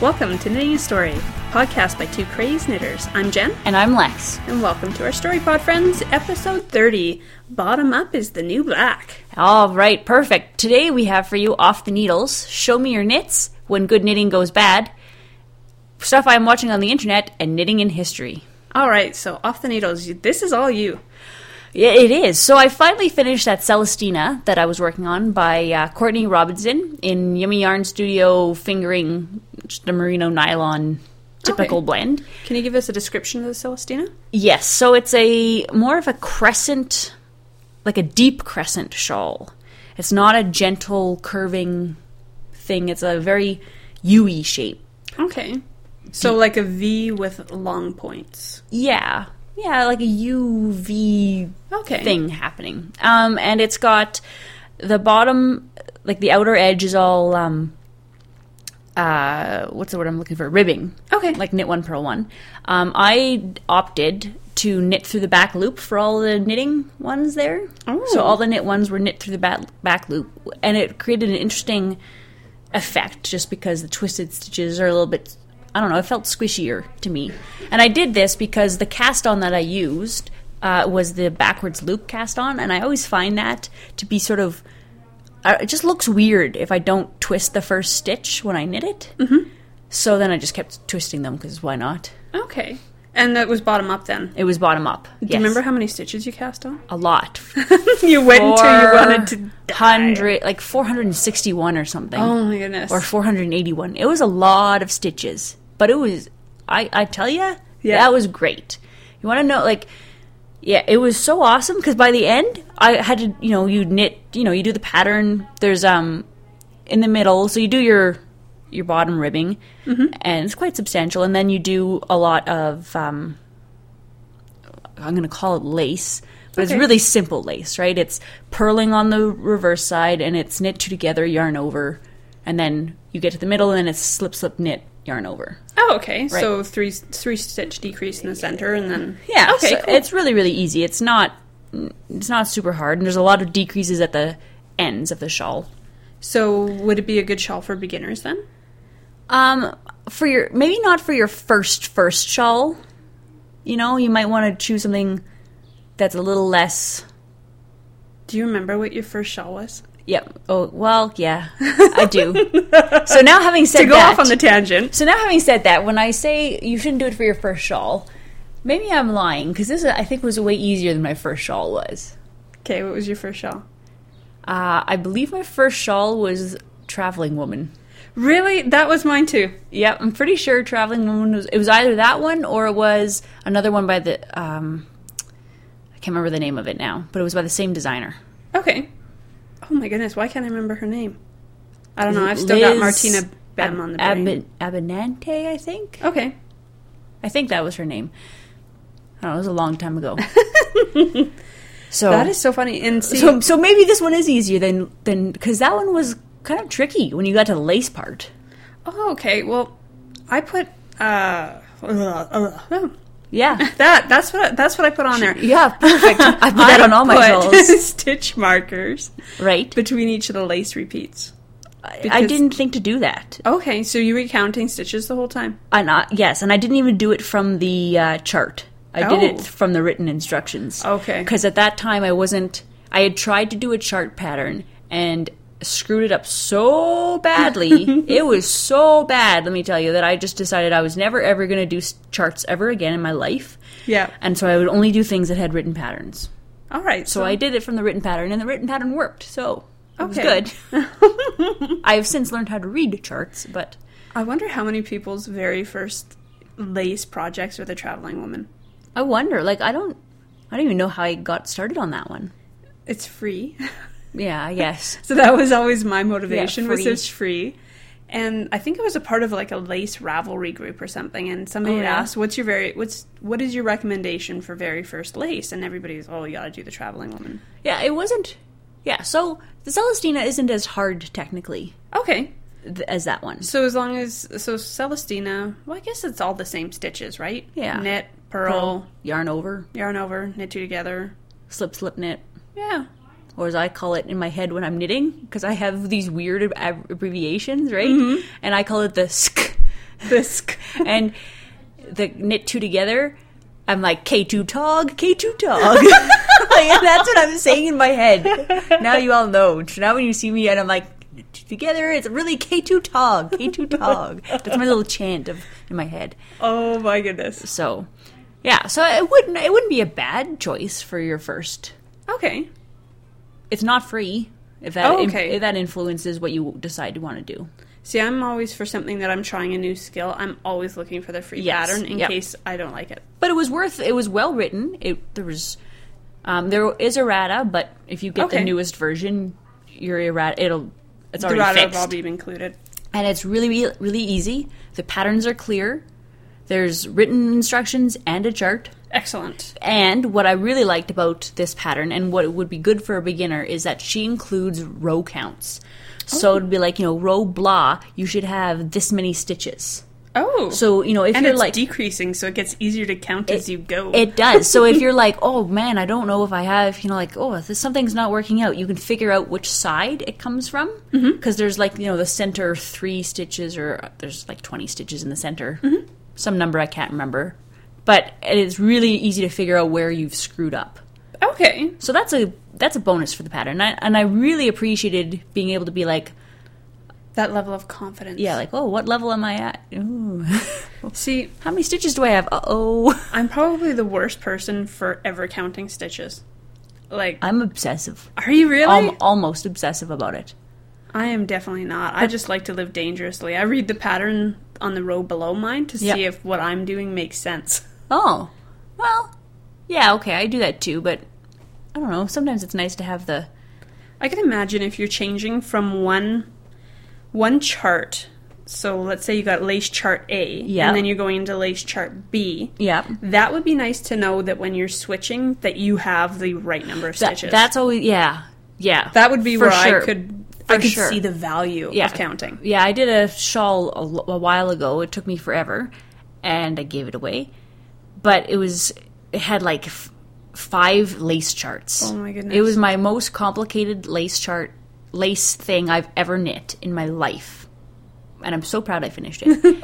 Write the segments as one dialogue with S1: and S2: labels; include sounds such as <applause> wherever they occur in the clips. S1: Welcome to Knitting a Story, podcast by two crazed knitters. I'm Jen,
S2: And I'm Lex.
S1: and welcome to our Story Pod Friends, episode 30. Bottom up is the new black.
S2: All right, perfect. Today we have for you Off the Needles, Show Me Your Knits, When Good Knitting Goes Bad, Stuff I'm Watching on the Internet, and Knitting in History.
S1: All right, so off the needles, you- this is all you.
S2: Yeah, it is. So I finally finished that Celestina that I was working on by uh, Courtney Robinson in Yummy Yarn Studio fingering just a merino nylon typical
S1: Okay.
S2: blend.
S1: Can you give us a description of the Celestina?
S2: Yes, so it's a more of a crescent, like a deep crescent shawl. It's not a gentle curving thing. It's a very U-y shape.
S1: Okay. So, like a V with long points.
S2: Yeah, yeah, like a U V
S1: Okay.
S2: thing happening. Um, and it's got the bottom, like the outer edge is all um, uh, what's the word I'm looking for? Ribbing.
S1: Okay.
S2: like knit one purl one. Um, I opted to knit through the back loop for all the knitting ones there.
S1: Oh.
S2: So all the knit ones were knit through the back, back loop, and it created an interesting effect just because the twisted stitches are a little bit. I don't know. It felt squishier to me, and I did this because the cast on that I used uh, was the backwards loop cast on, and I always find that to be sort of. I- It just looks weird if I don't twist the first stitch when I knit it.
S1: Mm-hmm.
S2: So then I just kept twisting them because why not?
S1: Okay. And that was bottom up then.
S2: It was bottom up.
S1: Do you remember how many stitches you cast on?
S2: a lot?
S1: <laughs> you went until you wanted to die.
S2: hundred, like four hundred and sixty-one or something,
S1: Oh my goodness.
S2: or four hundred and eighty-one. It was a lot of stitches, but it was. I I tell you,
S1: Yeah.
S2: that was great. You want to know, like, yeah, it was so awesome because by the end, I had to, you know, you knit, you know, you do the pattern. There's um, in the middle, so you do your your bottom ribbing,
S1: Mm-hmm.
S2: and it's quite substantial, and then you do a lot of um. I'm going to call it lace, but
S1: Okay.
S2: it's really simple lace, right? It's purling on the reverse side and it's knit two together, yarn over, and then you get to the middle and then it's slip, slip, knit, yarn over.
S1: Oh, okay. So three three stitch decrease in the center, and then
S2: Yeah,
S1: Okay,
S2: so
S1: cool.
S2: it's really, really easy. It's not, it's not super hard, and there's a lot of decreases at the ends of the shawl.
S1: so would it be a good shawl for beginners then?
S2: Um, for your maybe not for your first first shawl. You know, you might want to choose something that's a little less
S1: Do you remember what your first shawl was?
S2: Yep. Oh well, yeah, I
S1: <laughs>
S2: do. so now, having said
S1: To go
S2: that,
S1: off on the tangent.
S2: so now having said that, when I say you shouldn't do it for your first shawl, maybe I'm lying because this I think was way easier than my first shawl was.
S1: Okay, what was your first shawl?
S2: Uh, I believe my first shawl was traveling woman.
S1: Really, that was mine too.
S2: Yep, I'm pretty sure traveling woman was. It was either that one or it was another one by the. Um, I can't remember the name of it now, but it was by the same designer.
S1: Okay. Oh my goodness, why can't I remember her name? I don't know. I've still got
S2: Liz
S1: Martina Bem
S2: Ab-
S1: on the brain.
S2: Abin- Abinante, I think.
S1: okay.
S2: I think that was her name. I don't know, it was a long
S1: <laughs>
S2: time ago. so
S1: That is so funny. And see,
S2: Oh. so so maybe this one is easier than than cuz that one was kind of tricky when you got to the lace part.
S1: oh, okay. Well, I put uh, oh, <laughs>
S2: Yeah.
S1: that. That's what I, that's what I put on there.
S2: Yeah, perfect. I put that on all my
S1: I put <laughs>
S2: dolls.
S1: stitch markers
S2: Right.
S1: between each of the lace repeats.
S2: I- I
S1: because-
S2: didn't think to do that.
S1: Okay, so you were counting stitches the whole time.
S2: And I, yes, and I didn't even do it from the uh, chart. I did
S1: Oh.
S2: it from the written instructions.
S1: Okay.
S2: Because at that time I wasn't. I had tried to do a chart pattern and screwed it up so badly.
S1: <laughs>
S2: it was so bad, let me tell you, that I just decided I was never ever going to do s- charts ever again in my life.
S1: Yeah.
S2: And so I would only do things that had written patterns.
S1: All right.
S2: So I did it from the written pattern, and the written pattern worked. So it was
S1: Okay.
S2: good.
S1: <laughs>
S2: I have since learned how to read charts, but
S1: I wonder how many people's very first lace projects are the traveling woman.
S2: I wonder. Like, I don't, I don't even know how I got started on that one.
S1: It's free. <laughs>
S2: Yeah, I <laughs> guess.
S1: so that was always my motivation was
S2: free.
S1: it's free. And I think it was a part of like a lace Ravelry group or something and somebody
S2: Oh,
S1: had
S2: yeah?
S1: asked what's your very what's what is your recommendation for very first lace and everybody was oh you got to do the traveling woman.
S2: yeah, it wasn't. Yeah, so the Celestina isn't as hard technically
S1: Okay.
S2: th- as that one.
S1: So as long as so Celestina, well I guess it's all the same stitches, right?
S2: Yeah.
S1: Knit, purl,
S2: yarn over,
S1: yarn over, knit two together.
S2: slip, slip, knit,
S1: Yeah.
S2: or as I call it in my head when I'm knitting, because I have these weird ab- abbreviations, right? And I call it Mm-hmm. the sk this and the knit two together. I'm like K2 tog, K2 tog.
S1: <laughs>
S2: like, that's what I'm saying in my head. Now you all know. So Now when you see me and I'm like knit two together, it's really K2 tog, K2 tog. That's my little chant of in my head.
S1: Oh my goodness.
S2: So, yeah. So it wouldn't it wouldn't be a bad choice for your first.
S1: Okay.
S2: It's not free. If that
S1: Oh,
S2: im-
S1: okay.
S2: if that influences what you decide to want to do.
S1: See, I'm always for something that I'm trying a new skill. I'm always looking for the free
S2: Yes.
S1: pattern in
S2: Yep.
S1: case I don't like it.
S2: but it was worth it was well written it there was um, there is errata but if you get the
S1: Okay.
S2: newest version your errata it'll it's
S1: The
S2: already
S1: router
S2: fixed
S1: of all being included.
S2: and it's really really really easy the patterns are clear there's written instructions and a chart
S1: Excellent.
S2: and what i really liked about this pattern and what would be good for a beginner is that she includes row counts
S1: Oh.
S2: so it'd be like you know row blah you should have this many stitches
S1: Oh.
S2: so you know if
S1: and
S2: you're
S1: it's
S2: like
S1: decreasing, so it gets easier to count as you go.
S2: It does. So if you're like, oh man, I don't know if I have, you know, like, oh, this, something's not working out, you can figure out which side it comes from. Because there's like, you know, the center three stitches, or uh, there's like 20 stitches in the center. Some number I can't remember. But it's really easy to figure out where you've screwed up.
S1: okay.
S2: So that's a that's a bonus for the pattern. And I, and I really appreciated being able to be like,
S1: That level of confidence.
S2: yeah, like, oh, what level am I at? Ooh. <laughs>
S1: See,
S2: How many stitches do I have? Uh oh.
S1: I'm probably the worst person for ever counting stitches. Like,
S2: <laughs> I'm obsessive.
S1: are you really?
S2: I'm almost obsessive about it.
S1: I am definitely not. I just like to live dangerously. I read the pattern on the row below mine to
S2: Yep.
S1: see if what I'm doing makes sense.
S2: Oh, well, yeah, okay, I do that too, but I don't know. Sometimes it's nice to have the
S1: I can imagine if you're changing from one one chart. So let's say you got lace chart A,
S2: Yeah.
S1: and then you're going into lace chart B.
S2: yeah.
S1: That would be nice to know that when you're switching, that you have the right number of
S2: That,
S1: stitches.
S2: that's always yeah, yeah.
S1: that would be
S2: for
S1: where
S2: sure.
S1: I could
S2: For
S1: I could
S2: sure.
S1: see the value
S2: Yeah.
S1: of counting.
S2: Yeah, I did a shawl a, l- a while ago. It took me forever, and I gave it away. But it was it had like f- five lace charts.
S1: Oh my goodness.
S2: It was my most complicated lace chart lace thing I've ever knit in my life, and I'm so proud I finished
S1: <laughs>
S2: it.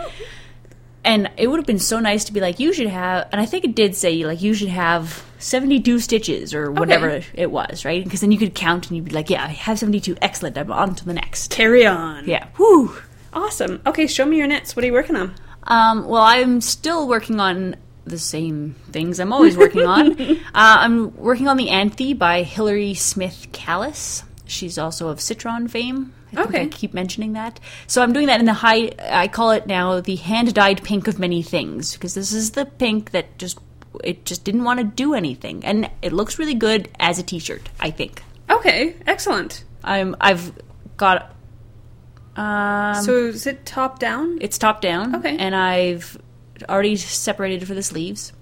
S2: and it would have been so nice to be like, you should have. And I think it did say like you should have. 72 stitches or whatever it was, right? Because then you could count and you'd be like, yeah, I have 72. Excellent. I'm on to the next.
S1: Carry on.
S2: Yeah. Whew.
S1: Awesome. Okay, show me your knits. What are you working on?
S2: Um, well, I'm still working on the same things I'm always working on. Uh, I'm working on the Anthe by Hilary Smith Callis. She's also of Citron fame. I think I
S1: Okay.
S2: keep mentioning that. So I'm doing that in the high. I call it now the hand dyed pink of many things because this is the pink that just it just didn't want to do anything, and it looks really good as a T-shirt. I think
S1: Okay, excellent.
S2: I'm. I've got. Um,
S1: so is it top down?
S2: it's top down.
S1: Okay.
S2: And I've already separated for the sleeves.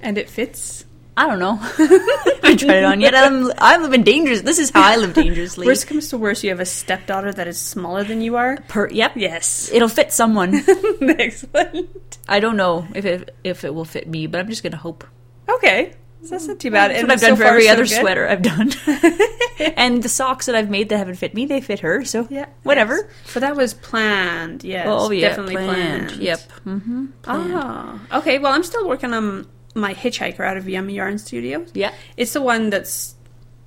S1: And it fits.
S2: I don't know. <laughs> I haven't tried it on yet. I'm, I'm living dangerous. This is how I
S1: <laughs>
S2: live dangerously.
S1: Worst comes to worst, you have a stepdaughter that is smaller than you are.
S2: Per- yep.
S1: <laughs> Yes.
S2: It'll fit someone.
S1: Excellent.
S2: I don't know if it, if it will fit me, but I'm just going to hope.
S1: Okay. So that's not too bad.
S2: That's
S1: And
S2: what I've
S1: so
S2: done for
S1: far,
S2: every
S1: so
S2: other
S1: good.
S2: sweater
S1: <laughs>
S2: I've done. and the socks that I've made that haven't fit me, they fit her. So,
S1: Yeah.
S2: whatever.
S1: Yes. But that was planned. Yes.
S2: Oh, yeah.
S1: Definitely planned.
S2: Yep. Mm-hmm.
S1: Ah. Okay. Well, I'm still working on my hitchhiker out of Yummy Yarn Studios.
S2: Yeah.
S1: It's the one that's.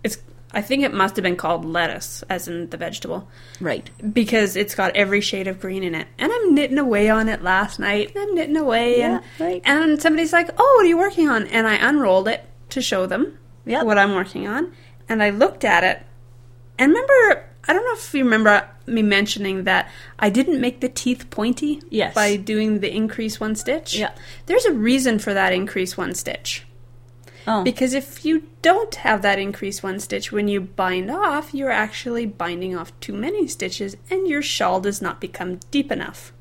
S1: It's. I think it must have been called lettuce, as in the vegetable,
S2: Right.
S1: because it's got every shade of green in it. And I'm knitting away on it last night. I'm knitting away, and
S2: Yeah, right.
S1: and somebody's like, "Oh, what are you working on?" And I unrolled it to show them
S2: Yep.
S1: what I'm working on, and I looked at it, and remember, I don't know if you remember me mentioning that I didn't make the teeth pointy
S2: Yes.
S1: by doing the increase one stitch.
S2: Yeah.
S1: There's a reason for that increase one stitch.
S2: Oh. <laughs>
S1: Because if you don't have that increase one stitch when you bind off, you're actually binding off too many stitches and your shawl does not become deep enough.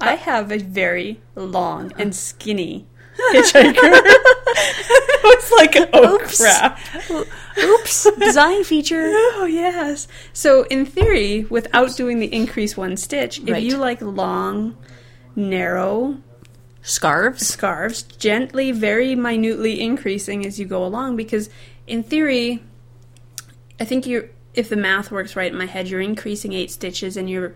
S1: I have a very long and skinny hitchhiker. <laughs> it's like, oh <laughs>
S2: Oops.
S1: crap.
S2: Oops. Design feature.
S1: Oh yes. So in theory, without doing the increase one stitch,
S2: Right.
S1: if you like long, narrow
S2: Scarves.
S1: scarves, gently, very minutely increasing as you go along, because in theory, I think you, if the math works right in my head, you're increasing eight stitches and you're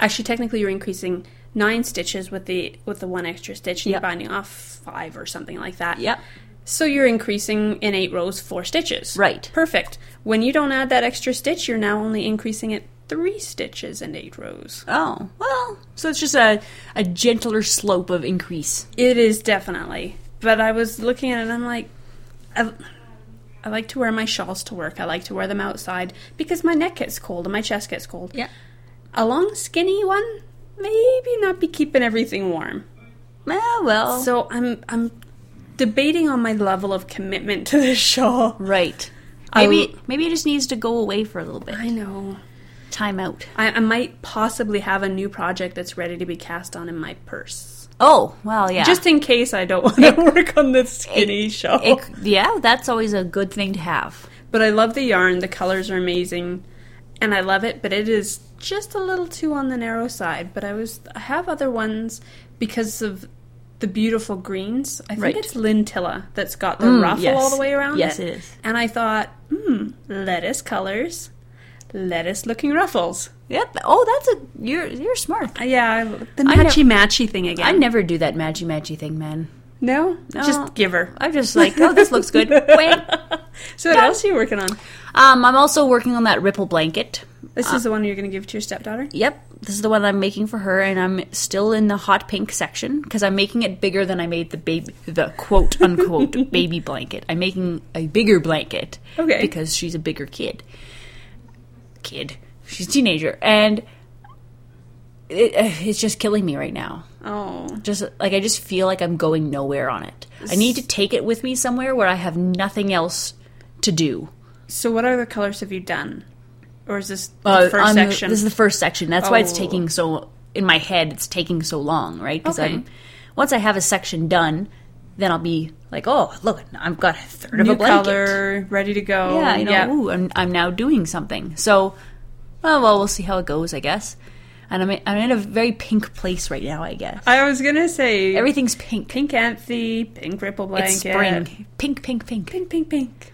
S1: actually technically you're increasing nine stitches with the with the one extra stitch and
S2: Yep.
S1: you're binding off five or something like that
S2: Yep.
S1: so you're increasing in eight rows four stitches
S2: Right.
S1: perfect when you don't add that extra stitch you're now only increasing it three stitches in eight rows
S2: Oh, well. So it's just a, a gentler slope of increase.
S1: It is definitely. But I was looking at it and I'm like, I, I like to wear my shawls to work. I like to wear them outside because my neck gets cold and my chest gets cold. A long, skinny one, maybe not be keeping everything warm.
S2: Ah, well.
S1: So I'm, I'm debating on my level of commitment to this shawl.
S2: right.
S1: I'll-
S2: Maybe maybe it just needs to go away for a little bit.
S1: I know.
S2: Time out.
S1: I, I might possibly have a new project that's ready to be cast on in my purse.
S2: Oh, well, yeah.
S1: Just in case I don't <laughs> want to work on this skinny shawl.
S2: It, yeah, that's always a good thing to have.
S1: But I love the yarn, the colors are amazing, and I love it, but it is just a little too on the narrow side. But I was I have other ones because of the beautiful greens. I think
S2: Right.
S1: it's lintilla that's got the
S2: Mm,
S1: ruffle all
S2: yes.
S1: the way around.
S2: Yes, it is.
S1: And I thought, hmm, lettuce colors, lettuce looking ruffles.
S2: Yep. Oh, that's a you're you're smart.
S1: Uh, Yeah, I- the
S2: I nev-
S1: matchy matchy thing again.
S2: I never do that matchy matchy thing, man.
S1: no,
S2: No.
S1: just give her.
S2: I'm just like, oh, this looks <laughs> good. Wait.
S1: So what
S2: Done.
S1: else are you working on?
S2: Um, I'm also working on that ripple blanket.
S1: This
S2: Uh,
S1: is the one you're going to give to your stepdaughter.
S2: Yep, this is the one I'm making for her, and I'm still in the hot pink section because I'm making it bigger than I made the baby, the quote unquote baby blanket. I'm making a bigger blanket,
S1: Okay.
S2: because she's a bigger kid. Kid, she's a teenager, and it, uh, it's just killing me right now.
S1: Oh,
S2: Just like I just feel like I'm going nowhere on it. I need to take it with me somewhere where I have nothing else to do.
S1: So, what other colors have you done? Or is this the
S2: Uh,
S1: first
S2: on the-
S1: section?
S2: this is the first section. That's why it's
S1: Oh.
S2: taking so in my head. It's taking so long, right? Because
S1: Okay.
S2: I'm once I have a section done, then I'll be like, oh, look, I've got a third of
S1: new
S2: a blanket.
S1: color, ready to go.
S2: Yeah, you know, ooh, I'm, I'm now doing something. So, oh well, we'll see how it goes, I guess. And I'm in, I'm in a very pink place right now, I guess.
S1: I was gonna say
S2: Everything's pink.
S1: pink anthe, pink ripple blanket,
S2: it's spring. Pink, pink, pink.
S1: pink, pink, pink.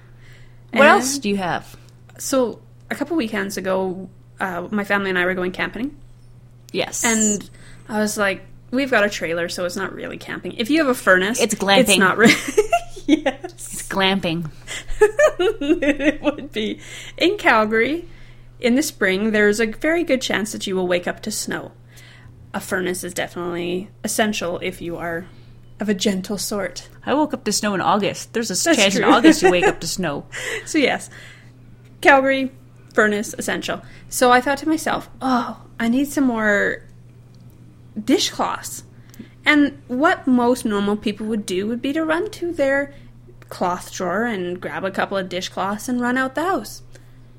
S2: What
S1: And-
S2: else do you have?
S1: So, a couple weekends ago, uh, my family and I were going camping,
S2: Yes,
S1: and I was like, "We've got a trailer, so it's not really camping. If you have a furnace,
S2: It's glamping.
S1: It's not really." <laughs> yes.
S2: glamping.
S1: <laughs> it would be in Calgary in the spring. There's a very good chance that you will wake up to snow. A furnace is definitely essential if you are of a gentle sort. <laughs>
S2: I woke up to snow in August. There's a chance in
S1: true.
S2: August
S1: <laughs>
S2: you wake up to snow.
S1: So yes, Calgary furnace essential. So I thought to myself, oh, I need some more dishcloths. And what most normal people would do would be to run to their cloth drawer and grab a couple of dishcloths and run out the house.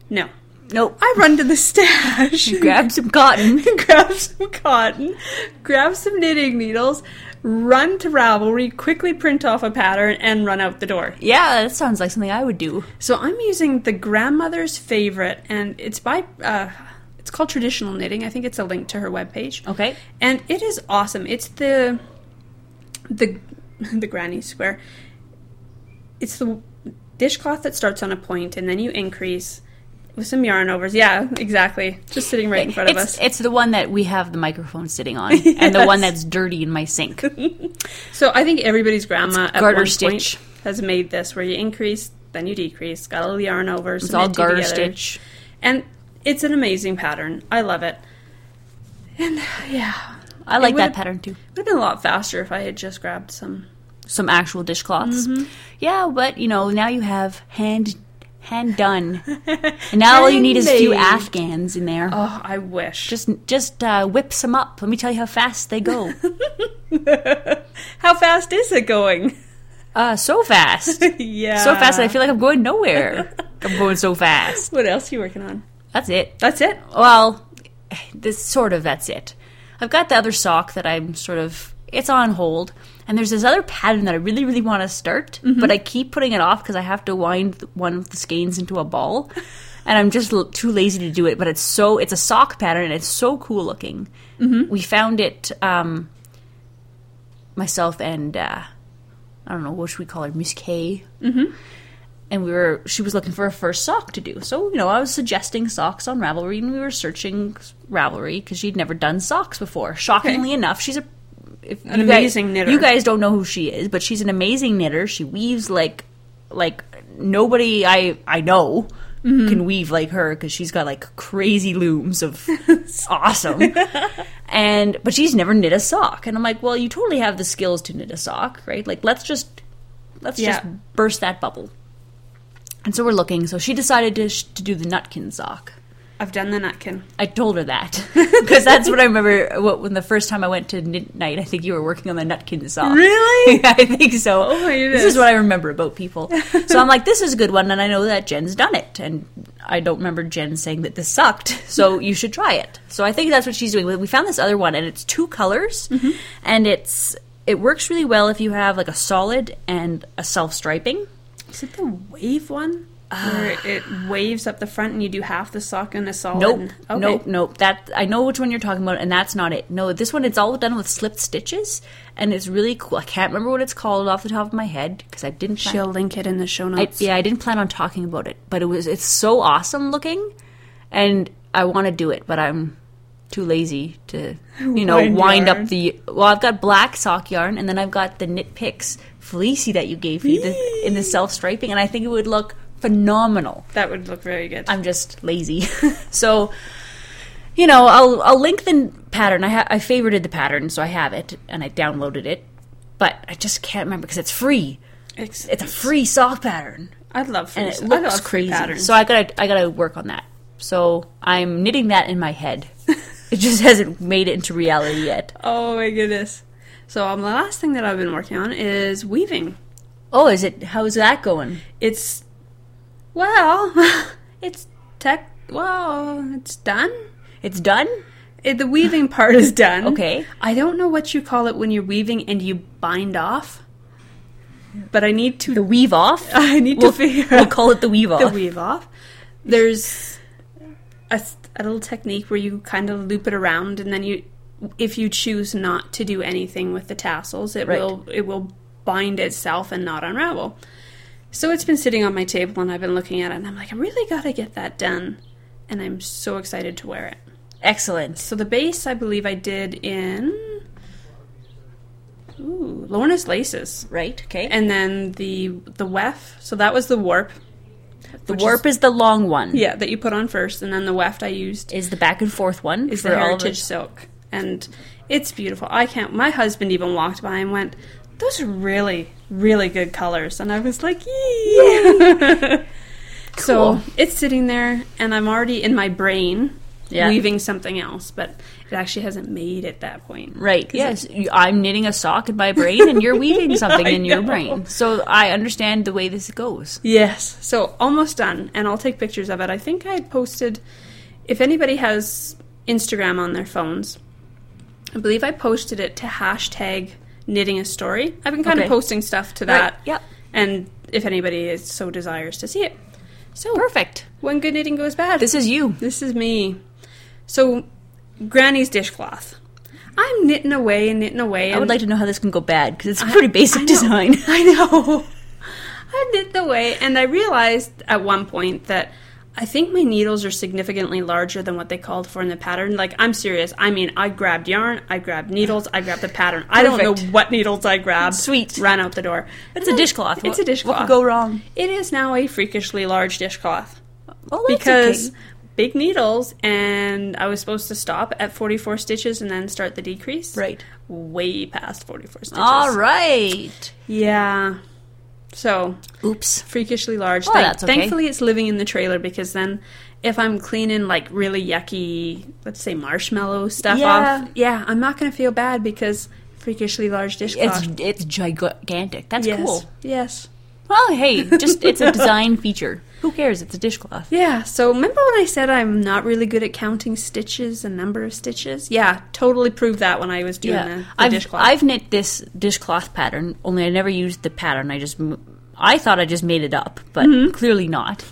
S1: No,
S2: Nope.
S1: I run to the stash, <laughs>
S2: grab some cotton.
S1: grab some cotton, grab some knitting needles, run to Ravelry, quickly print off a pattern, and run out the door.
S2: Yeah, that sounds like something I would do.
S1: So I'm using the grandmother's favorite, and it's by uh, it's called Traditional Knitting. I think it's a link to her webpage.
S2: Okay.
S1: and it is awesome. It's the the <laughs> the granny square. It's the dishcloth that starts on a point, and then you increase with some yarn overs. Yeah, exactly. Just sitting right in front of us.
S2: It's, it's the one that we have the microphone sitting <laughs> on, and the one that's dirty in my <laughs> sink.
S1: So I think everybody's grandma at
S2: garter
S1: one
S2: stitch.
S1: point has made this where you increase, then you decrease, got a little yarn over,
S2: It's all garter stitch.
S1: and it's an amazing pattern. I love it. And yeah,
S2: I like that
S1: would've-
S2: pattern too.
S1: it would have been a lot faster if I had just grabbed some.
S2: Some actual dishcloths. Yeah, but you know now you have hand hand done, and now all you need is a few
S1: Handmade.
S2: afghans in there.
S1: Oh, I wish.
S2: Just just uh, whip some up. Let me tell you how fast they <laughs> go.
S1: how fast is it going? <laughs>
S2: uh, so fast, so
S1: yeah,
S2: fast. that I feel like I'm going <laughs> nowhere. I'm going so fast.
S1: What else are you working on?
S2: That's it.
S1: That's it.
S2: Well, this sort of that's it. I've got the other sock that I'm sort of it's on hold, and there's this other pattern that I really really want to start, but I keep putting it off because I have to wind th- one of the skeins into a ball, and I'm just l- too lazy to do it. But it's so it's a sock pattern and it's so cool looking. We found it um,
S1: Mm-hmm.
S2: myself and uh, I don't know what should we call her Miss K. and we were she was looking for a first sock to do. So you know, I was suggesting socks on Ravelry, and we were searching Ravelry because she'd never done socks before. Shockingly enough, she's a if
S1: An
S2: you guys-
S1: amazing knitter.
S2: You guys don't know who she is, but she's an amazing knitter. She weaves like like nobody I I know.
S1: Mm-hmm.
S2: Can weave like her because she's got like crazy looms
S1: <laughs>
S2: of awesome, and but she's never knit a sock. And I'm like, well, you totally have the skills to knit a sock, right? Like, let's just let's
S1: Yeah.
S2: just burst that bubble. And so we're looking. So she decided to, sh- to do the Nutkin sock.
S1: I've done the nutkin.
S2: I told her that <laughs> because that's what I remember. What, when the first time I went to knit night, I think you were working on the Nutkin sock.
S1: Really?
S2: <laughs> I think so.
S1: Oh my
S2: This is
S1: goodness.
S2: what I remember about people. So I'm like, this is a good one, and I know that Jen's done it, and I don't remember Jen saying that this sucked.
S1: <laughs>
S2: So you should try it. So I think that's what she's doing. We found this other one, and it's two colors,
S1: Mm-hmm.
S2: and it's it works really well if you have like a solid and a self striping.
S1: <laughs> Is it the wave one? Where it waves up the front and you do half the sock in a solid.
S2: Nope,
S1: Okay.
S2: nope, nope. That I know which one you're talking about, and that's not it. No, this one it's all done with slipped stitches, and it's really cool. I can't remember what it's called off the top of my head because I didn't. plan-
S1: She'll link it in the show
S2: I,
S1: notes.
S2: yeah, I didn't plan on talking about it, but it was it's so awesome looking, and I want to do it, but I'm too lazy
S1: <laughs>
S2: to you know
S1: Wind
S2: wind,
S1: yarn.
S2: up the. Well, I've got black sock yarn, and then I've got the knit picks fleecy that you gave me the, in the self striping, and I think it would look phenomenal.
S1: That would look very good.
S2: I'm just lazy. <laughs> so, you know, I'll I'll link the pattern. I ha- I favorited the pattern, so I have it and I downloaded it, but I just can't remember because it's free.
S1: It's,
S2: It's a free sock pattern,
S1: I love free,
S2: and it
S1: I
S2: looks
S1: love free
S2: crazy.
S1: patterns.
S2: So I gotta I gotta work on that. So I'm knitting that in
S1: <laughs>
S2: my head. it just hasn't made it into reality yet.
S1: oh my goodness. So um, the last thing that I've been working on is weaving.
S2: Oh, is it? How's that going?
S1: It's well, <laughs> it's tech. Well, it's done.
S2: It's done.
S1: It, the weaving part is done.
S2: Okay.
S1: I don't know what you call it when you're weaving and you bind off, but I need to. <laughs>
S2: The weave off.
S1: I need
S2: <laughs> We'll,
S1: to figure
S2: we'll
S1: out
S2: call it the weave off.
S1: the weave off. There's a, s- a little technique where you kind of loop it around, and then you, if you choose not to do anything with the tassels, it
S2: Right.
S1: will it will bind itself and not unravel. So it's been sitting on my table, and I've been looking at it, and I'm like, I really gotta get that done, and I'm so excited to wear it.
S2: Excellent.
S1: So the base, I believe, I did in. Ooh, Lorna's laces,
S2: Right. Okay.
S1: and then the the weft. So that was the warp.
S2: the
S1: which is-
S2: warp is the long one.
S1: Yeah, that you put on first, and then the weft I used
S2: is the back and forth one.
S1: is
S2: Mm-hmm.
S1: the
S2: for all of
S1: heritage
S2: us.
S1: silk, and it's beautiful. I can't. My husband even walked by and went, "Those are really, really good colors," and I was like, "Yeah." <laughs> So
S2: Cool.
S1: it's sitting there, and I'm already in my brain
S2: Yeah.
S1: weaving something else, but it actually hasn't made it that point.
S2: Right. Yes, you- I'm knitting a sock in my brain, and
S1: <laughs>
S2: you're weaving something
S1: I
S2: in your
S1: know.
S2: brain. So I understand the way this goes.
S1: Yes. So almost done, and I'll take pictures of it. I think I had posted, if anybody has Instagram on their phones, I believe I posted it to hashtag knitting a story. I've been kind
S2: Okay.
S1: of posting stuff to
S2: Right,
S1: that.
S2: yep.
S1: And if anybody is so desires to see it. So
S2: Perfect.
S1: When good knitting goes bad.
S2: This is you.
S1: This is me. So, Granny's dishcloth. I'm knitting away and knitting away.
S2: I
S1: and
S2: would like to know how this can go bad because it's a pretty
S1: I
S2: basic
S1: know.
S2: design. <laughs> I know.
S1: I knit the way, and I realized at one point that I think my needles are significantly larger than what they called for in the pattern. Like, I'm serious. I mean, I grabbed yarn, I grabbed needles, I grabbed the pattern. I don't know
S2: Perfect.
S1: what needles I grabbed.
S2: Sweet.
S1: Ran out the door.
S2: It's a dishcloth.
S1: It's a
S2: What-
S1: dishcloth.
S2: What could go wrong?
S1: It is now a freakishly large dishcloth
S2: Oh, that's
S1: because
S2: okay.
S1: big needles, and I was supposed to stop at 44 stitches and then start the decrease.
S2: Right.
S1: Way past 44 stitches.
S2: All right.
S1: Yeah. So
S2: Oops.
S1: freakishly large.
S2: Oh,
S1: Thank-
S2: that's okay.
S1: Thankfully, it's living in the trailer because then if I'm cleaning like really yucky, let's say marshmallow stuff
S2: Yeah.
S1: off, yeah, I'm not going to feel bad because freakishly large dishcloth.
S2: It's it's gigantic. That's
S1: yes.
S2: cool.
S1: Yes.
S2: Well, hey, just <laughs> it's a design feature. Who cares? It's a dishcloth.
S1: Yeah. So remember when I said I'm not really good at counting stitches and number of stitches? Yeah, totally proved that when I was doing the, the
S2: I've,
S1: dishcloth.
S2: I've knit this dishcloth pattern, only I never used the
S1: Mm-hmm. <laughs>
S2: pattern. I just, m- I thought I just made it up, but clearly not.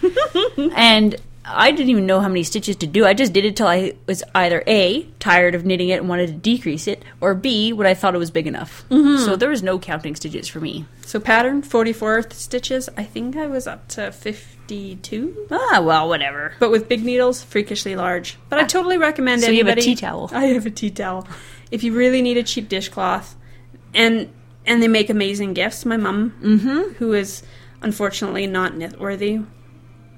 S2: and I didn't even know how many stitches to do. I just did it till I was either A, tired of knitting it and wanted to decrease it, or B, when I thought it was big enough.
S1: Mm-hmm.
S2: So there was no counting stitches for me.
S1: So pattern 44 th- stitches. I think I was up to 52.
S2: Ah, well, whatever.
S1: But with big needles, freakishly large. But I totally recommend
S2: So you have a
S1: anybody.
S2: tea towel.
S1: <laughs> I have a tea towel. If you really need a cheap dishcloth, and and they make amazing gifts. My mum, mm-hmm. is unfortunately not knit worthy,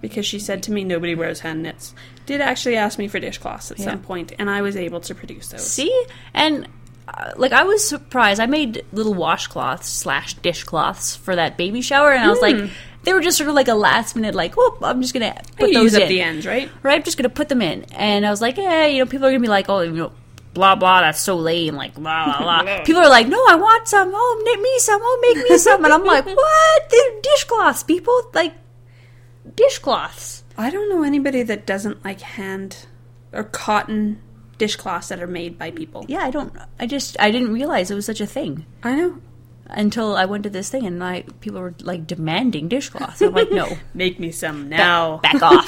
S1: because she said to me nobody wears hand knits. Did actually ask me for dishcloths at some
S2: Yeah.
S1: point, and I was able to produce those.
S2: See? And uh, like I was surprised. I made little washcloths slash dishcloths for that baby shower, and I was
S1: Hmm.
S2: like, they were just sort of like a last minute, like, oh, I'm just gonna put
S1: you
S2: those
S1: use
S2: in.
S1: up the ends, right?
S2: Right, I'm just gonna put them in, and I was like, eh, you know, people are gonna be like, oh, you know, blah blah, that's so lame, like
S1: <laughs>
S2: blah blah blah. people are like, no, I want some. Oh, knit me some. Oh, make me some. And
S1: <laughs>
S2: I'm like, what? They're dishcloths, people. Like dishcloths.
S1: I don't know anybody that doesn't like hand or cotton dishcloths that are made by people.
S2: Yeah, I don't. I just I didn't realize it was such a thing.
S1: I know.
S2: until I went to this thing and I people were like demanding dishcloths. I'm like, no,
S1: Make me some now.
S2: back, back off,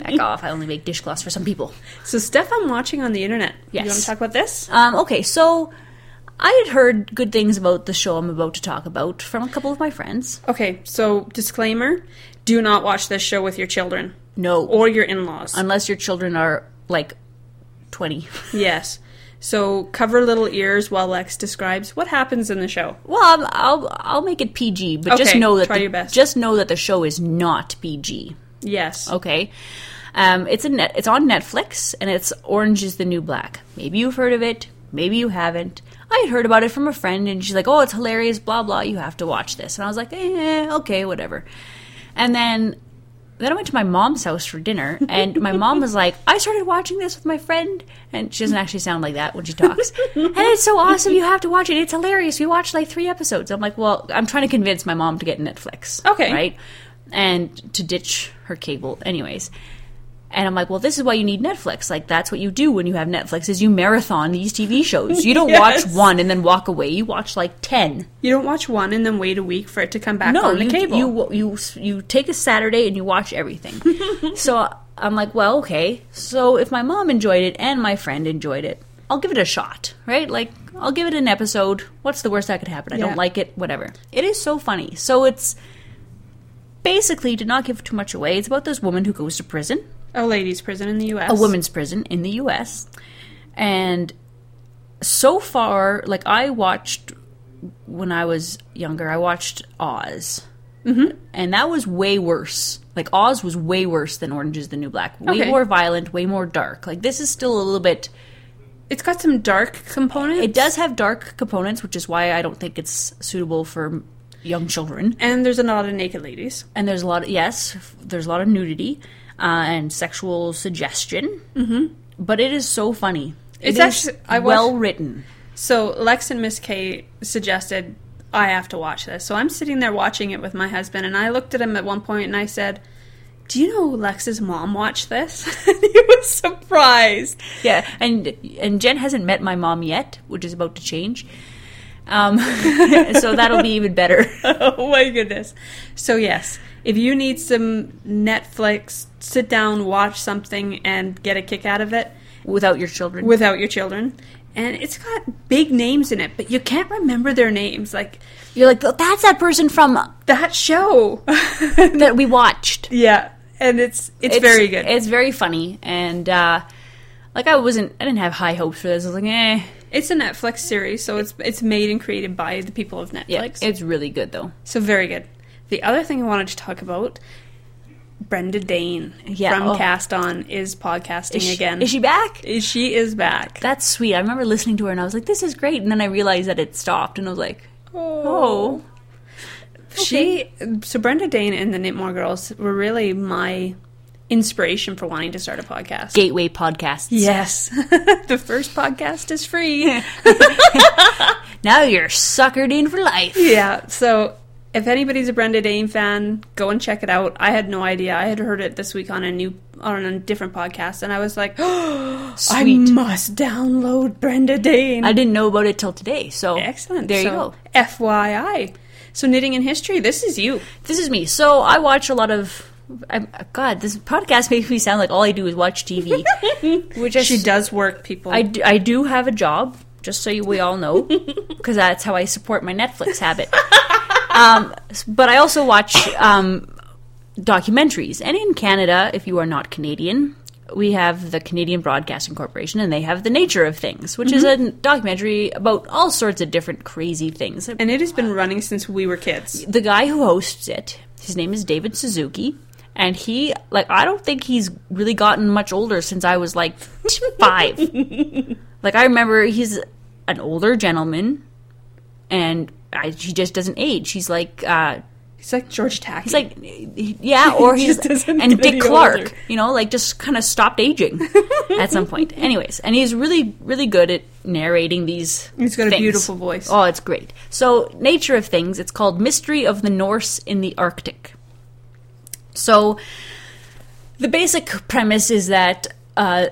S2: back off. I only make dishcloths for some people.
S1: So stuff I'm watching on the internet.
S2: Yes.
S1: You want to talk about this?
S2: Um, okay, so I had heard good things about the show I'm about to talk about from a couple of my friends.
S1: Okay. So disclaimer: Do not watch this show with your children
S2: No,
S1: or your in-laws.
S2: unless your children are like twenty.
S1: yes. So cover little ears while Lex describes what happens in the show.
S2: Well, I'm, I'll I'll make it PG, but just
S1: Okay,
S2: know that
S1: try
S2: the-
S1: your best.
S2: just know that the show is not PG.
S1: Yes.
S2: Okay. Um, it's a net, it's on Netflix and it's Orange is the New Black. Maybe you've heard of it, maybe you haven't. I had heard about it from a friend and she's like, "Oh, it's hilarious, blah blah, you have to watch this." And I was like, "Eh, okay, whatever." And then then I went to my mom's house for dinner and my mom was like, "I started watching this with my friend." And she doesn't actually sound like that when she talks. and it's so awesome, you have to watch it. It's hilarious. We watched like 3 episodes. I'm like, "Well, I'm trying to convince my mom to get Netflix."
S1: Okay.
S2: Right? and to ditch her cable anyways and i'm like well this is why you need netflix like that's what you do when you have netflix is you marathon these tv shows you don't
S1: <laughs> Yes.
S2: watch one and then walk away you watch like 10
S1: You don't watch one and then wait a week for it to come back
S2: no
S1: on the
S2: you,
S1: cable.
S2: you you you take a saturday and you
S1: <laughs>
S2: watch everything so i'm like well okay so if my mom enjoyed it and my friend enjoyed it i'll give it a shot right like i'll give it an episode what's the worst that could happen i
S1: Yeah.
S2: don't like it whatever it is so funny so it's basically to not give too much away it's about this woman who goes to prison
S1: a ladies' prison in the U.S.
S2: a women's prison in the US. And so far, like I watched when I was younger, I watched Oz. Mm-hmm. And that was way worse. Like Oz was way worse than Orange is the New Black. Way
S1: Okay.
S2: more violent, way more dark. Like this is still a little bit
S1: It's got some dark components.
S2: it does have dark components, which is why I don't think it's suitable for young children.
S1: And there's a lot of naked ladies.
S2: and there's a lot of yes f- there's a lot of nudity uh, and sexual suggestion mm-hmm. but it is so funny
S1: It's
S2: it's
S1: actu-
S2: actually
S1: I watched-
S2: well written
S1: So Lex and Miss K suggested I have to watch this. So I'm sitting there watching it with my husband, and I looked at him at one point and I said, "Do you know Lex's mom watched this?" <laughs> And he was surprised.
S2: yeah and and jen hasn't met my mom yet which is about to change um, <laughs> so that'll be
S1: <laughs>
S2: even better
S1: <laughs> oh my goodness. So yes, if you need some Netflix, sit down, watch something, and get a kick out of it
S2: without your children
S1: without your children. And it's got big names in it, but you can't remember their names. Like
S2: you're like "Oh, that's that person from
S1: that show.
S2: that we watched
S1: yeah. And it's it's, very good.
S2: it's very funny and uh, like i wasn't i didn't have high hopes for this i was like eh
S1: It's a Netflix series, so it's it's made and created by the people of Netflix.
S2: yeah, it's really good though
S1: so very good. The other thing I wanted to talk about, Brenda Dane
S2: Yeah,
S1: from
S2: oh.
S1: Cast On is podcasting
S2: Is she-
S1: again.
S2: is she back
S1: Is- she is back.
S2: That's sweet. I remember listening to her and I was like, this is great. And then I realized that it stopped and I was like, oh.
S1: She so Brenda Dane and the Knitmore Girls were really my inspiration for wanting to start a podcast.
S2: Gateway podcasts.
S1: Yes. <laughs> the first podcast is
S2: <laughs>
S1: free.
S2: Now you're suckered in for life.
S1: yeah. So if anybody's a Brenda Dane fan, go and check it out. I had no idea. I had heard it this week on a new on a different podcast and I was like, <gasps> oh, I
S2: Sweet.
S1: must download Brenda Dane.
S2: I didn't know about it till today. So
S1: Excellent.
S2: There you
S1: So,
S2: go.
S1: FYI. So knitting in history, this is you.
S2: This is me. So I watch a lot of I, God, this podcast <laughs> makes me sound like all I do is
S1: <laughs>
S2: watch TV. which I,
S1: She
S2: s-
S1: does work, people.
S2: I, d- I do have a job, just so you, we all know, because that's how I support my Netflix habit. um, s- but I also watch um, documentaries. And in Canada, if you are not Canadian, we have the Canadian Broadcasting Corporation, and they have The Nature of Things, which is a n- documentary about all sorts of different crazy things.
S1: and it has been running since we were kids.
S2: the guy who hosts it, his name is David Suzuki, and he like I don't think he's really gotten much older since I was like t- five. like I remember he's an older gentleman, and I, he just doesn't age. He's like uh,
S1: He's like George Tack.
S2: he's like he- yeah,
S1: <laughs>
S2: or
S1: He
S2: he's
S1: just doesn't
S2: and
S1: get
S2: Dick
S1: any
S2: Clark,
S1: older.
S2: you know, like just kind of stopped aging
S1: <laughs>
S2: at some point. Anyways, and he's really really good at narrating these.
S1: He's got a
S2: things.
S1: beautiful voice.
S2: Oh, it's great. So, nature of things. It's called Mystery of the Norse in the Arctic. So, the basic premise is that uh,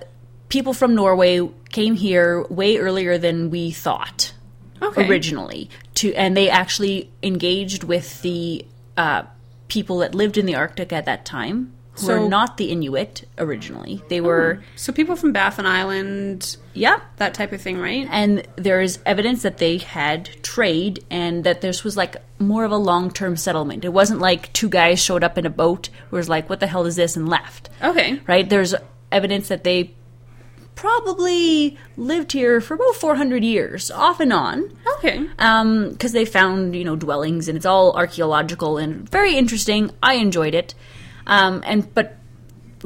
S2: people from Norway came here way earlier than we thought
S1: Okay.
S2: originally to and they actually engaged with the uh, people that lived in the arctic at that time who
S1: So-
S2: were not the inuit originally they were
S1: So people from Baffin Island,
S2: yeah
S1: that type of thing, right?
S2: and there is evidence that they had trade and that this was like more of a long-term settlement it wasn't like two guys showed up in a boat was like what the hell is this and left
S1: Okay.
S2: right? There's evidence that they probably lived here for about 400 years, off and on,
S1: Okay.
S2: because Um, they found you know dwellings, and it's all archaeological and very interesting. I enjoyed it, um, and but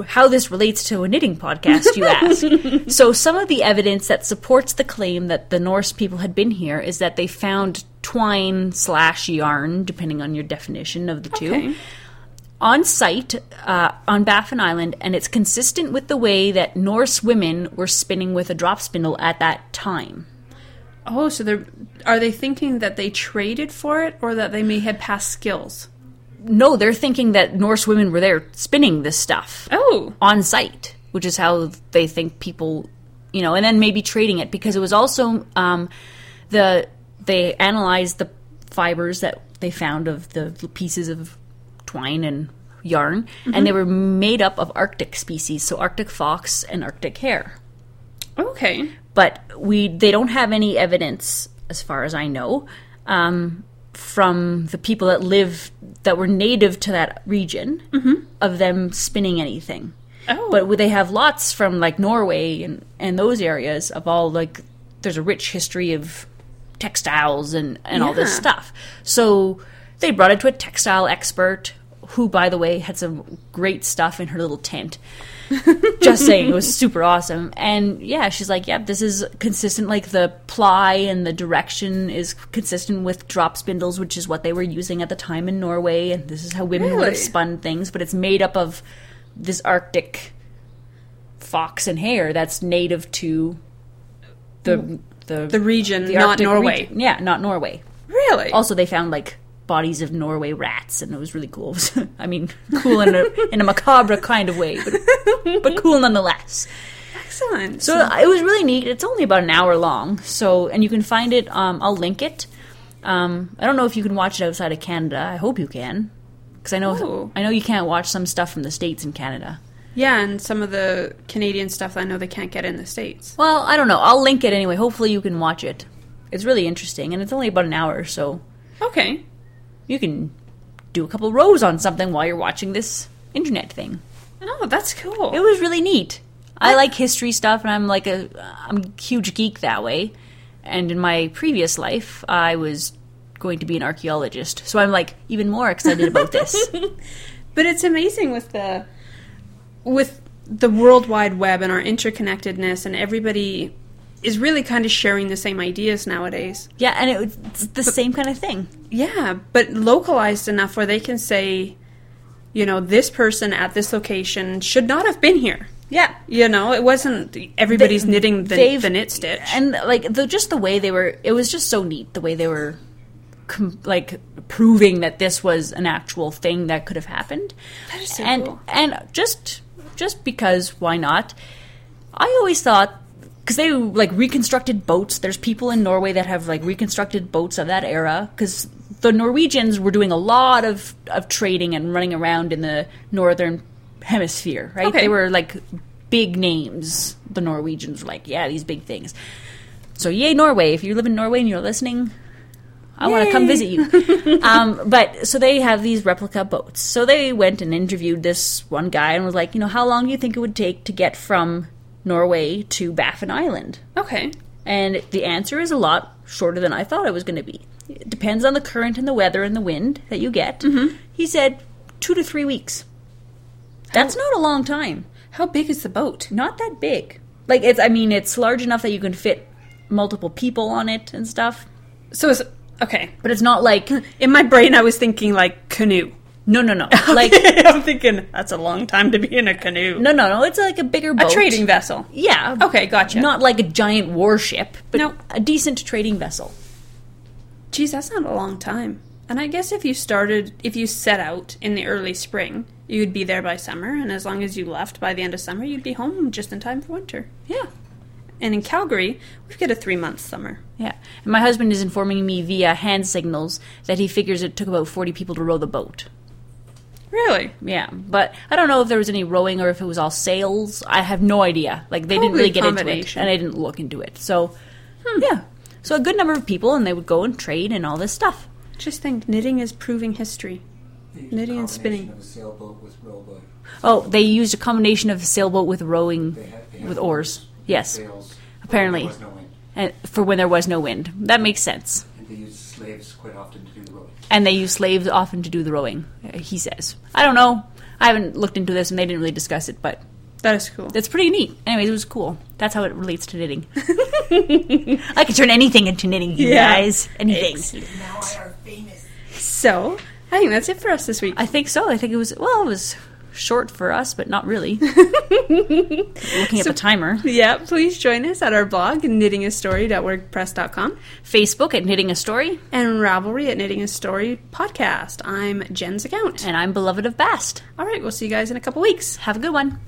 S2: how this relates to a knitting podcast, you ask. so some of the evidence that supports the claim that the Norse people had been here is that they found twine slash yarn, depending on your definition of the two
S1: Okay.
S2: on site uh, on Baffin Island, and it's consistent with the way that Norse women were spinning with a drop spindle at that time.
S1: Oh, so they're are they thinking that they traded for it or that they may have passed skills?
S2: No, they're thinking that Norse women were there spinning this stuff
S1: Oh.
S2: on site, which is how they think people, you know, and then maybe trading it because it was also um, the they analyzed the fibers that they found of the pieces of twine and yarn, and they were made up of Arctic species, so Arctic fox and Arctic hare.
S1: Okay.
S2: but we they don't have any evidence, as far as I know, um, from the people that live that were native to that region of them spinning anything.
S1: Oh.
S2: But they have lots from like Norway and and those areas of all like there's a rich history of textiles and and all this
S1: Yeah.
S2: stuff. So they brought it to a textile expert who by the way had some great stuff in her little
S1: <laughs>
S2: tent just saying it was super awesome and yeah she's like yep this is consistent like the ply and the direction is consistent with drop spindles which is what they were using at the time in norway and this is how women would
S1: Really?
S2: have spun things but it's made up of this arctic fox and hair that's native to the the,
S1: The region,
S2: the
S1: not
S2: Arctic
S1: Norway.
S2: region. yeah not norway
S1: Really?
S2: also they found like bodies of norway rats and it was really cool <laughs> i mean cool in a, in a macabre kind of way but, but cool nonetheless
S1: Excellent.
S2: so it was really neat. It's only about an hour long, so and you can find it. Um, I'll link it. Um, I don't know if you can watch it outside of Canada. I hope you can, because I know
S1: Ooh.
S2: I know you can't watch some stuff from the states in Canada.
S1: yeah, and some of the Canadian stuff I know they can't get in the States.
S2: Well, I don't know. I'll link it anyway. Hopefully, you can watch it. It's really interesting, and it's only about an hour, so
S1: Okay.
S2: you can do a couple rows on something while you're watching this internet thing.
S1: Oh, that's cool.
S2: It was really neat. I like history stuff, and I'm like a I'm a huge geek that way. And in my previous life, I was going to be an archaeologist, so I'm like even more excited about this.
S1: But it's amazing with the with the World Wide Web and our interconnectedness, and everybody is really kind of sharing the same ideas nowadays.
S2: yeah, and it, was- it's the same kind of thing.
S1: Yeah, but localized enough where they can say, you know, this person at this location should not have been here.
S2: Yeah,
S1: You know, it wasn't everybody's knitting the,
S2: they've-
S1: the knit stitch.
S2: and like the just the way they were, it was just so neat the way they were. Com- like proving that this was an actual thing that could have happened,
S1: That is so
S2: and
S1: cool.
S2: and just just because why not? I always thought because they like reconstructed boats. There's people in Norway that have like reconstructed boats of that era because the Norwegians were doing a lot of, of trading and running around in the northern hemisphere, right?
S1: Okay.
S2: They were like big names. The Norwegians were like, yeah, these big things. So yay, Norway! If you live in Norway and you're listening, I want to come
S1: Yay.
S2: visit you. um, but so they have these replica boats. So they went and interviewed this one guy and was like, you know, how long do you think it would take to get from Norway to Baffin Island?
S1: Okay.
S2: And the answer is a lot shorter than I thought it was going to be. It depends on the current and the weather and the wind that you get. He said two to three weeks. That's not a long time.
S1: How big is the boat?
S2: Not that big. Like it's, I mean, it's large enough that you can fit multiple people on it and stuff.
S1: So it's okay.
S2: But it's not like
S1: In my brain, I was thinking like canoe.
S2: no,
S1: <laughs>
S2: no, no. Like
S1: I'm thinking that's a long time to be in a canoe.
S2: no, no, no. It's like a bigger boat.
S1: A trading vessel.
S2: Yeah.
S1: Okay, gotcha.
S2: Not like a giant warship, but
S1: No.
S2: a decent trading vessel.
S1: Geez, that's not a long time. And I guess if you started, if you set out in the early spring, you'd be there by summer, and as long as you left by the end of summer, you'd be home just in time for winter.
S2: Yeah.
S1: And in Calgary, we've got a three month summer.
S2: Yeah. And my husband is informing me via hand signals that he figures it took about 40 people to row the boat.
S1: Really?
S2: Yeah. But I don't know if there was any rowing or if it was all sails. I have no idea. Like, they didn't
S1: Probably
S2: really get into it.
S1: combination.
S2: And I didn't look into it. So, yeah. So a good number of people, and they would go and trade and all this stuff.
S1: Just think knitting is proving history. Knitting and spinning.
S3: Combination of a sailboat with rowboat.
S2: Oh, they used a combination of sailboat with rowing
S3: They had- they had
S2: with oars.
S3: with
S2: Yes.
S3: sails.
S2: Apparently.
S3: There was no wind.
S2: And for when there was no wind. That makes sense.
S3: And they used slaves quite often to do the rowing.
S2: And they use slaves often to do the rowing, uh, he says. I don't know. I haven't looked into this and they didn't really discuss it, but
S1: That is cool.
S2: it's pretty neat. Anyways, it was cool. That's how it relates to knitting. I could turn anything into knitting, you
S1: Yeah.
S2: guys. Anything.
S3: Now I are famous.
S1: So, I think that's it for us this week.
S2: I think so. I think it was, well, it was short for us, but not really. Looking at the timer.
S1: Yeah, please join us at our blog, knittingastory.wordpress.com,
S2: Facebook at Knitting a Story,
S1: and Ravelry at Knitting a Story Podcast. I'm Jen's account.
S2: and I'm Beloved of Bast.
S1: All right, we'll see you guys in a couple weeks.
S2: Have a good one.